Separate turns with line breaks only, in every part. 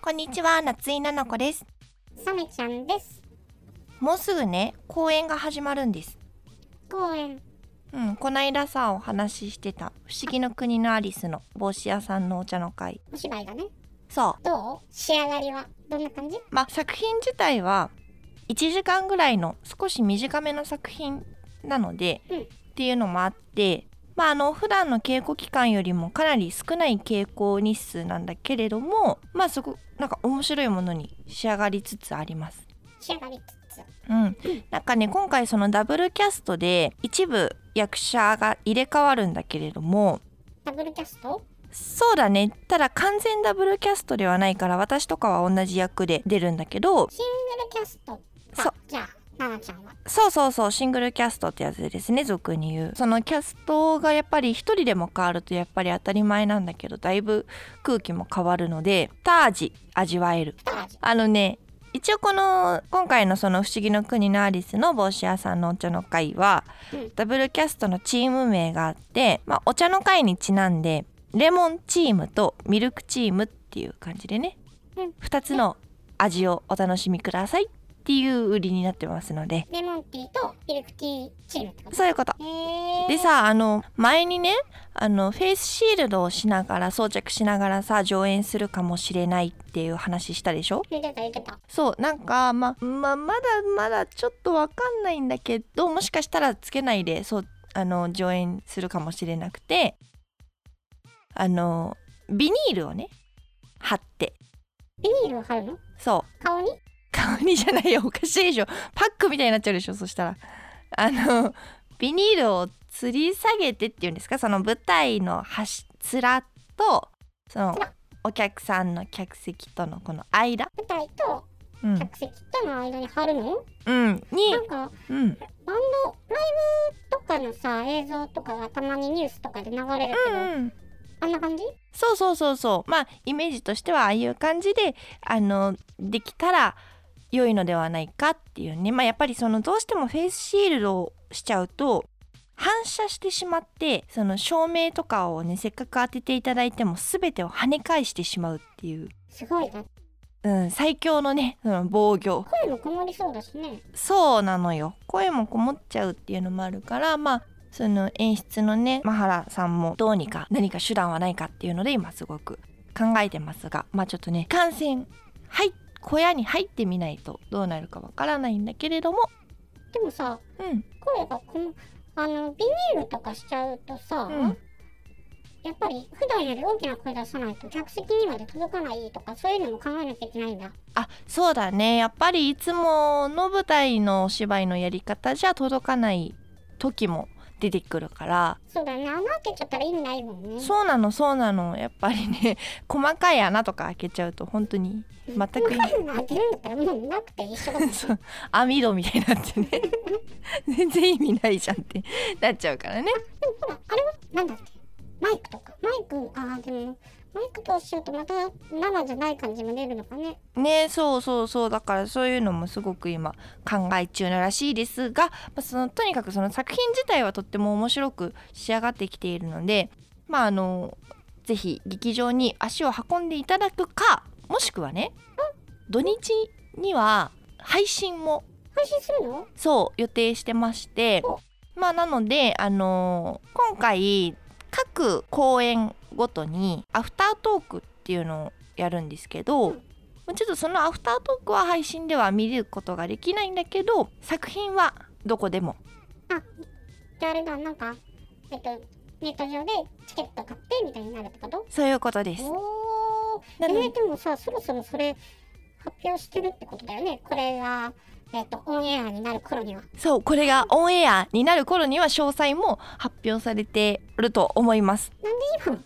こんにちは、夏井奈々子です。
サメちゃんです。
もうすぐね、公演が始まるんです。
公園。
うん、こないださ、お話ししてた、不思議の国のアリスの帽子屋さんのお茶の会。
お芝居だね。
そ
どう仕上がりはどんな感じ
う。まあ、作品自体は、1時間ぐらいの少し短めの作品なので、
うん
っていうのもあって、まあ、あの、普段の稽古期間よりもかなり少ない稽古日数なんだけれども、まあ、そこ、なんか面白いものに仕上がりつつあります。
仕上がりつつ。
うん、なんかね今回そのダブルキャストで一部役者が入れ替わるんだけれども
ダブルキャスト
そうだねただ完全ダブルキャストではないから私とかは同じ役で出るんだけど
シングルキャストか。
そう
じゃあ、ナナちゃんは。
そうそうそうシングルキャストってやつですね俗に言うそのキャストがやっぱり一人でも変わるとやっぱり当たり前なんだけどだいぶ空気も変わるのでタージ味わえる
二味。
あのね一応この今回のその「不思議の国のアリス」の帽子屋さんのお茶の会は、
うん
ダブルキャストのチーム名があって、まあ、お茶の会にちなんでレモンチームとミルクチームっていう感じでね、
うん
2つの味をお楽しみくださいっていう売りになってますので
レモンティーとミルクティーチームってこと
そういうこと。
へー。
でさあの前にねあのフェイスシールドをしながら装着しながらさ上演するかもしれないっていう話したでしょ
言ってた言ってた。
そうなんかままあまだまだちょっとわかんないんだけどもしかしたらつけないでそうあの上演するかもしれなくてあのビニールをね貼って
ビニールを貼るの
そう
顔に
顔にじゃないよおかしいでしょパックみたいになっちゃうでしょそしたらあのビニールを吊り下げてっていうんですかその舞台の端面とそのお客さんの客席とのこの間、
舞台と
うん、
客席との間に貼るの、
うんに
なんか、
うん
バンド、ライブとかのさ、映像とかがたまにニュースとかで流れるけど、
うんうん、
あんな感じ
そうそうそうそうまあイメージとしてはああいう感じであのできたら良いのではないかっていうねまあやっぱりそのどうしてもフェイスシールドをしちゃうと反射してしまってその照明とかをねせっかく当てていただいても全てを跳ね返してしまうっていう、
すごいね。
うん、最強のね、うん、防御
声もこもりそうだしね。
そうなのよ声もこもっちゃうっていうのもあるからまあその演出のねマハラさんもどうにか何か手段はないかっていうので今すごく考えてますがまあちょっとね感染はい小屋に入ってみないとどうなるかわからないんだけれども
でもさ、
うん
声がこの、あの、ビニールとかしちゃうとさ、
うん
やっぱり普段より大きな声出さないと客席にまで届かないとか、そういうのも考えなきゃいけないんだ。
あそうだねやっぱりいつもの舞台のお芝居のやり方じゃ届かない時も出てくるから
そうだよね。穴開けちゃったら意味ないもんね。
そうなのそうなのやっぱりね細かい穴とか開けちゃうと本当に全く意味
う。穴開けるんだったらもうなくて一緒だもんね。
そう網戸みたいになってね 全然意味ないじゃんってなっちゃうからね
でもほら、あれはなんだっけマイクとか。マイク、ああ、でも、マイク通しちゃうとまた生じゃない感じも出るのかね。
ねそうそうそうだからそういうのもすごく今考え中ならしいですが、まあ、そのとにかくその作品自体はとっても面白く仕上がってきているのでまああのぜひ劇場に足を運んでいただくかもしくはね土日には配信も
配信するの
そう予定してまして
お
まあなのであのー今回各公演ごとにアフタートークっていうのをやるんですけど、
うん
まあちょっとそのアフタートークは配信では見ることができないんだけど作品はどこでも
じゃああれだ、なんか、えっと、ネット上でチケット買ってみたいになるってこと
そういうことです。
おー。
なので
えー、でもさ、そろそろそれ発表してるってことだよね。これが、えっ、と、オンエアになる頃には。
そうこれがオンエアになる頃には詳細も発表されてると思います。
今、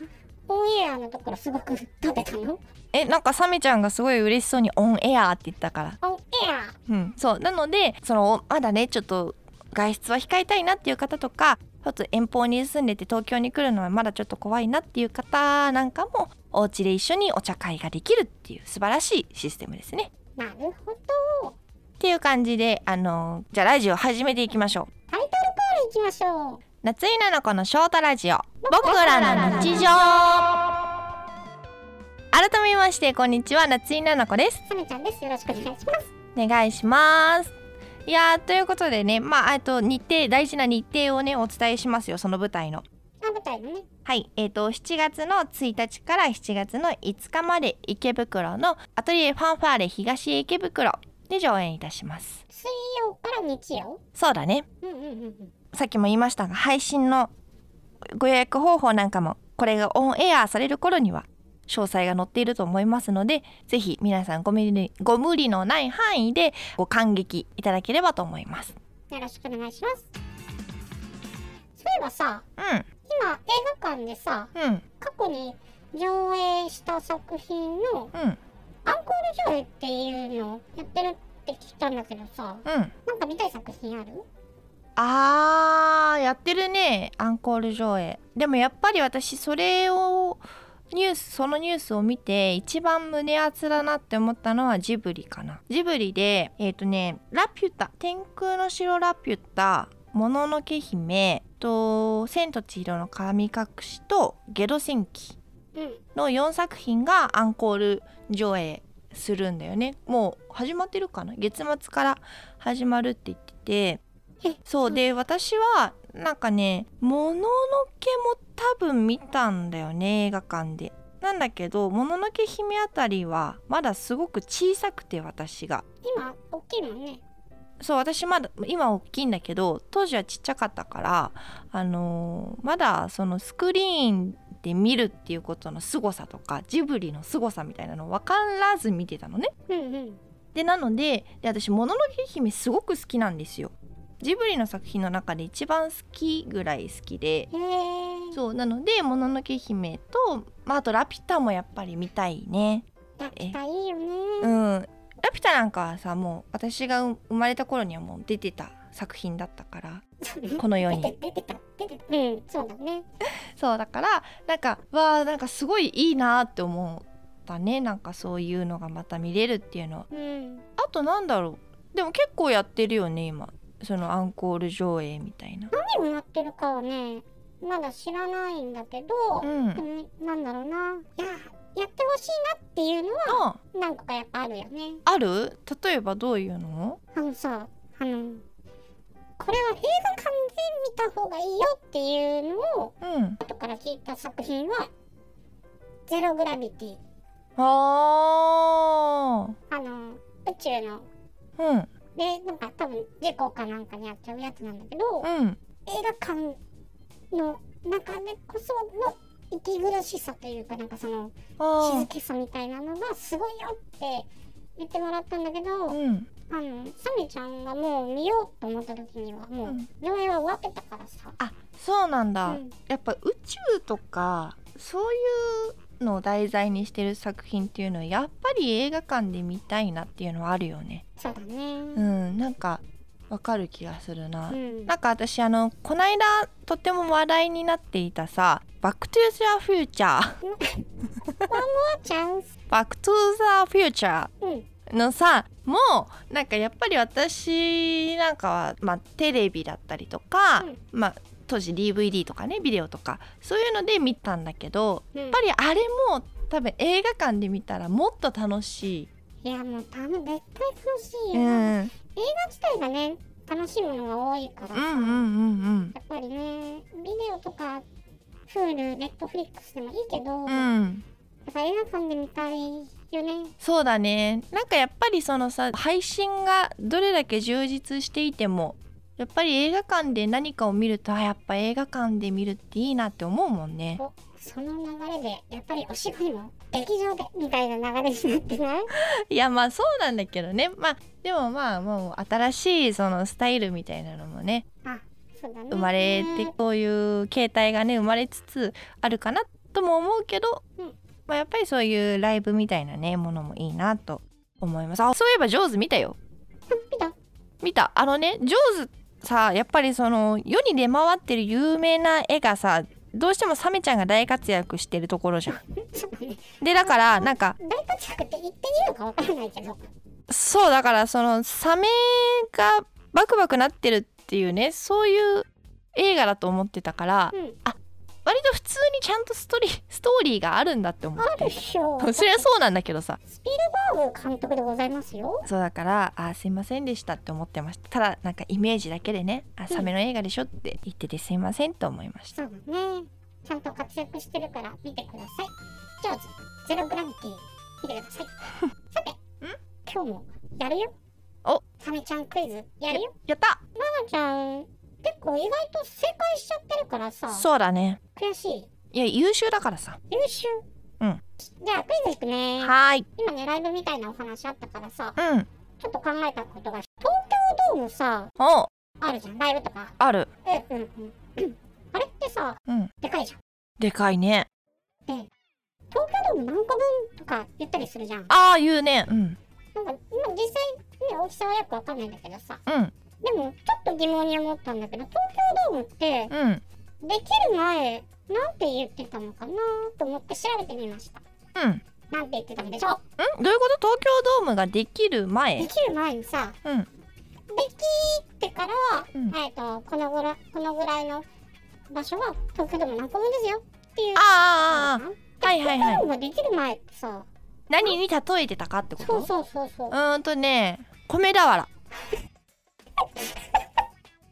オンエアのところすごく撮ってたの
えなんかサメちゃんがすごい嬉しそうにオンエアって言ったから
オンエア
うん、そうなのでそのまだねちょっと外出は控えたいなっていう方とかちょっと遠方に住んでて東京に来るのはまだちょっと怖いなっていう方なんかもお家で一緒にお茶会ができるっていう素晴らしいシステムですね。
なるほど。
っていう感じであのじゃあラジオ始めていきましょう。
タイトルコールいきましょう。
夏井菜々子のショートラジオ僕らの日常改改めましてこんにちは夏井菜々子です
サメちゃんです。よろしくお願いします。
お願いしますいやーということでねまああと日程大事な日程をねお伝えしますよその舞台の
あ、舞台のね。
はい、えー、と7月の1日から7月の5日まで池袋のアトリエファンファーレ東池袋で上演いたします
水曜から日曜。
そうだね
うんうんうんうん。
さっきも言いましたが配信のご予約方法なんかもこれがオンエアされる頃には詳細が載っていると思いますのでぜひ皆さんご無理ご無理のない範囲でご感激いただければと思います
よろしくお願いします。そういえばさ、
う
今映画館でさ、
んうん
過去に上映した作品の
うん
アンコール上映っていうのをやってるって聞いたんだけどさ、
うん
なんか見たい作品ある
あーやってるねアンコール上映でもやっぱり私それをニュースそのニュースを見て一番胸熱だなって思ったのはジブリかなジブリでえっ、とね「ラピュタ」「天空の城ラピュタ」「もののけ姫」と「千と千尋の神隠し」と「ゲド戦記」
うん。
の4作品がアンコール上映するんだよねもう始まってるかな月末から始まるって言って
え
てそうで私はなんかね「もののけ」も多分見たんだよね映画館で。なんだけど「もののけ姫」あたりはまだすごく小さくて私が。
今、大きいもんね。
そう私まだ今大きいんだけど当時はちっちゃかったからあのーまだそのスクリーンで見るっていうことの凄さとかジブリの凄さみたいなの分からず見てたのね。
うんうん。
でなのでで私「もののけ姫」すごく好きなんですよ。ジブリの作品の中で一番好きぐらい好きで
へえ。
そうなので「もののけ姫と」まあ、あと「ラピュタ」もやっぱり見たいね。
ラピュタいいよね。
うん、ラピュタなんかはさもう私が生まれた頃にはもう出てた作品だったから この世
出
に
て出てた出てたうんそうだね
そうだからなんかわあなんかすごいいいなって思ったねなんかそういうのがまた見れるっていうのは
うん
あとなんだろうでも結構やってるよね今そのアンコール上映みたいな
何をやってるかはねまだ知らないんだけど、
うん
でもなんだろうないややってほしいなっていうのは
あ
何個かやっぱあるよね
ある例えばどういうの
あのさあのこれは映画館で見た方がいいよっていうのを
うん
後から聞いた作品は「ゼログラビティ」
あ
あの宇宙の
ーうん
でなんか多分事故かなんかにあっちゃうやつなんだけど、
うん
映画館の中でこその息苦しさというかなんかその静
あ
けさみたいなのがすごいよって言ってもらったんだけど、
ーうん
あのサミちゃんがもう見ようと思った時にはもう
うん
上映は終わってたからさ、
あそうなん
う
だ、
ん、
やっぱ宇宙とかそういうのを題材にしてる作品っていうのはやっぱり映画館で見たいなっていうのはあるよね。
そうだね
う、
うん
なんかわかる気がするな。
ん
なんか私あのこないだとても話題になっていたさ「バック・トゥ・ザ・フューチャー」
あちゃん
「バック・トゥ・ザ・フューチャー」
うん
のさもうなんかやっぱり私なんかは、まあ、テレビだったりとか、
うん
まあ、当時 DVD とかねビデオとかそういうので見たんだけど
うん
やっぱりあれも多分映画館で見たらもっと楽し
いやもうたの絶対楽しい
い、
よ、映
ん、うん
画自体がね楽しいものが多いから
う
さ、
んうん
やっぱりねビデオとか Hulu、Netflix でもいいけ
うんう
ど、
ん
やっぱ映画館で見たいよね。
そうだねなんかやっぱりそのさ配信がどれだけ充実していてもやっぱり映画館で何かを見るとあやっぱ映画館で見るっていいなって思うもんね。
おその流れでやっぱりお芝居も劇場でみたいな流れになって ない
いやまあそうなんだけどねまあでもまあもう新しいそのスタイルみたいなのもね
あそうだね。
生まれてこういう形態がね生まれつつあるかなとも思うけど、
うん
まあ、やっぱりそういうライブみたいなねものもいいなと思いますあそういえばジョーズ見たよ
見た
見たあのねジョーズさやっぱりその世に出回ってる有名な絵がさどうしてもサメちゃんが大活躍してるところじゃん。
そうだね。
でだからなんか
大活躍って言っていいのかわからないけど。
そうだからそのサメがバクバクなってるっていうねそういう映画だと思ってたから
うん。
あ割と普通にちゃんとストーリーストーリーがあるんだって思っ
あるっ てしょ
そりゃそうなんだけどさ
スピルバーグ監督でございますよ
そうだからあーすいませんでしたって思ってましたただなんかイメージだけでねあサメの映画でしょって言っててすいませんと思いました
そうだねちゃんと活躍してるから見てください上手ゼログラビティ見てくださいさ て今日もやるよ
お
サメちゃんクイズやるよ
やった
サメちゃん結構意外と正解しちゃってるからさ
そうだね
悔しい
いや優秀だからさ
優秀
うん
じゃあクイズ引くね
はーい
今ねライブみたいなお話あったからさ
うん
ちょっと考えたことが東京ドームさ
お
あるじゃんライブとか
ある
うんうんうんうんあれってさ
うん
でかいじゃん
でかいね
東京ドーム何個分とか言ったりするじゃん
ああ言うねうん
なんか、まあ、実際、ね、大きさはよくわかんないんだけどさ
うん
でもちょっと疑問に思ったんだけど東京ドームって
うん
できる前なんて言ってたのかなと思って調べてみました
うん
なんて言ってたんでしょうん
どういうこと東京ドームができる
で
前
きる前にさ、
うん
できってから、
うん
えっとこのぐらこのぐらいの場所は東京ドーム何個分ですよっていう
ああああ
あ
あはいはいはい
ドームができる前ってさ
何に例えてたかってこと
そうそうそうそう
うーんとね米 俵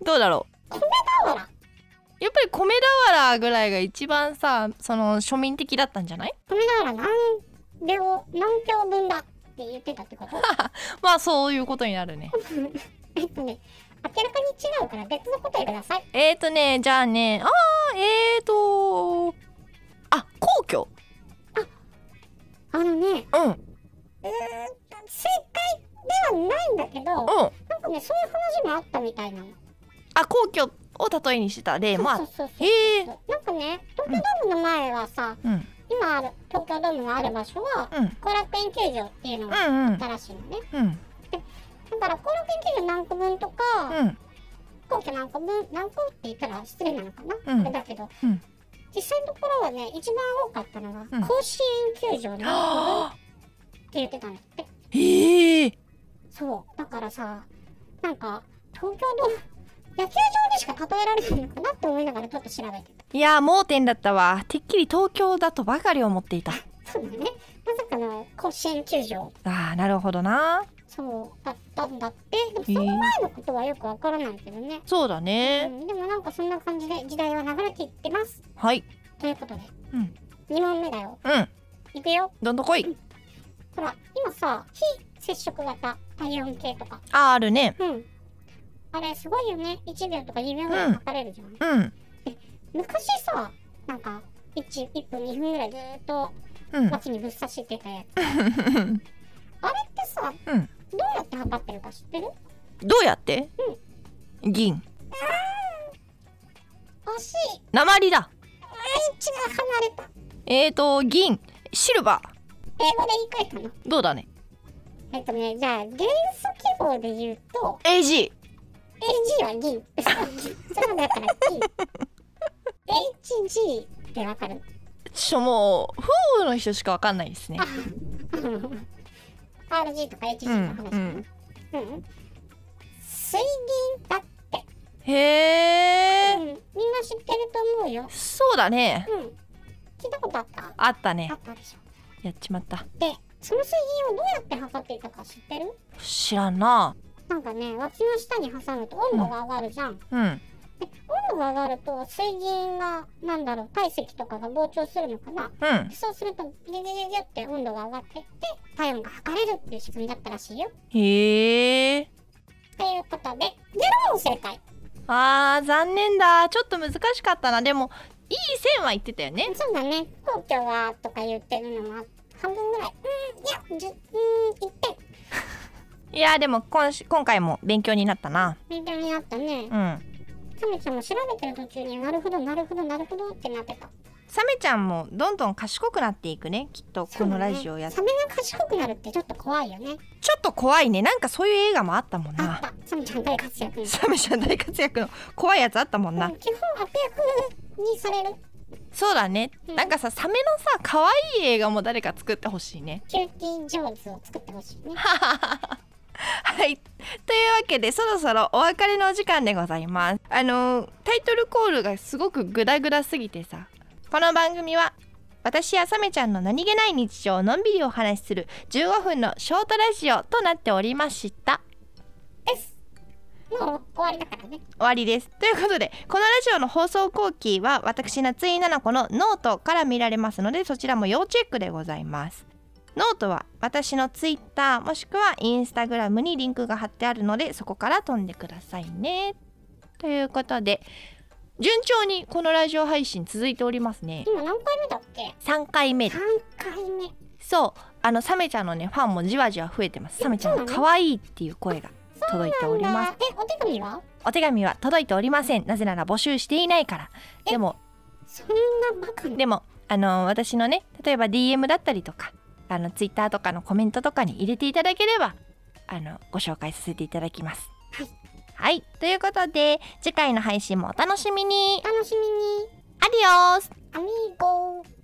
どうだろ
だから
うやっぱり米俵ぐらいが一番さその庶民的だったんじゃない
米俵何秒何票分だって言ってたっ てこと
まあそういうことになるね
えっとね明らかに違うから別の答えください
えーとねじゃあねあーえーとあ皇居
あのね
うんうん
うーん正解ではないんだけどなんかねそういう話もあったみたいなの
あ皇居を例えにしてた例もあ
そ
っ
うそうそうそう
へえ
なんかね、東京ドームの前はさ、
うん
今ある東京ドームがある場所は、
うん
後楽園球場っていうのが
うんうん
新しいのね。
うん
だから後楽園球場何個分とか、
うん
皇居何個分、何個って言ったら失礼なのかな、
うん
あれだけど、
うん
実際のところはね、一番多かったのが、
うん
甲子園球場何個分っ
あ
て言ってたんだって。
ーええ
そう、だからさ、なんか、東京ドーム、野球場にしか例えられないのかなって思いながらちょっと調べてた。
いやー盲点だったわてっきり東京だとばかり思っていた
そうだね。まさかの甲子園球場。
あーなるほどな
そうだったんだってでも
え
そ
ー
の前のことはよくわからないけどね、
そうだ
う
ね
ん、でもなんかそんな感じで時代は流れていってます
はい
ということで、
うん
2問目だよ
うん
いくよ
どんどこい
ほら今さ非接触型体温計とか
あーあるね
うんあれすごいよね1秒とか2秒ぐらい測れるじゃん、
うん
昔さなんか 1, 1分2分ぐらいずーっと
うん
街にぶっ刺してたやつ、あれってさ、
うん
どうやって測ってるか知ってる
どうやって銀
惜しい
鉛だ
一が離れた
えーと銀シルバ
英語で言い換えたの
ーどうだね
えっとね、じゃあ元素記号で言うと、
AG
AG は銀。嘘は銀 それはだから銀。HG ってわかる
ちょもう夫婦の人しかわかんないですね
?RG とか HG
う
の
ん
話、
う
うんん水銀だって、
へえ
うんみんな知ってると思うよ。
そうだね
うん。聞いたことあった
あった
あ
ね
ったでしょ。
やっちまった
で、その水銀をどうやって測っていたか知ってる
知らんな
なんかね、脇の下に挟むと温度が上がるじゃん
うん
で温度が上がると水銀がなんだろう体積とかが膨張するのかな
うん
そうするとギュギュギュギュって温度が上がっていって体温が測れるっていう仕組みだったらしいよ
へえ
ということでゼロ問正解
あー残念だちょっと難しかったなでもいい線は言ってたよね
そうだね皇居はとか言ってるのも半分ぐらいうんいやじゅうん1点
いやーでも今し今回も勉強になったな
勉強になったね
うん
サメちゃんも調べてる途中になるほどなるほどなるほどってなってた
サメちゃんもどんどん賢くなっていくねきっとこのラジオやっ
サメが賢くなるってちょっと怖いよね
ちょっと怖いねなんかそういう映画もあったもん
あっ
な
たサメちゃん大活躍
サメちゃん大活躍の 怖いやつあったもんな、
うん基本悪役にされる
そうだね
うん
なんかさサメのさ可愛い映画も誰か作ってほしいね
キューティージョーズを作ってほしいね。
はいというわけでそろそろお別れのお時間でございますあのータイトルコールがすごくグダグダすぎてさこの番組は私やさめちゃんの何気ない日常をのんびりお話しする15分のショートラジオとなっておりました
ですもう終わりだからね
終わりですということでこのラジオの放送後期は私夏井菜々子のノートから見られますのでそちらも要チェックでございますノートは私のツイッターもしくはインスタグラムにリンクが貼ってあるのでそこから飛んでくださいねということで順調にこのラジオ配信続いておりますね
今何回目だっけ
3回目
3回目
そうあのサメちゃんのねファンもじわじわ増えてますサメちゃんの可愛いっていう声が届いております
えお手紙は
お手紙は届いておりませんなぜなら募集していないから
え
でも
そんなバカな
でもあの私のね例えば DM だったりとかあの Twitter とかのコメントとかに入れていただければあのご紹介させていただきます
はい
はいということで次回の配信もお楽しみに
お楽しみに
アディオス
アミーゴー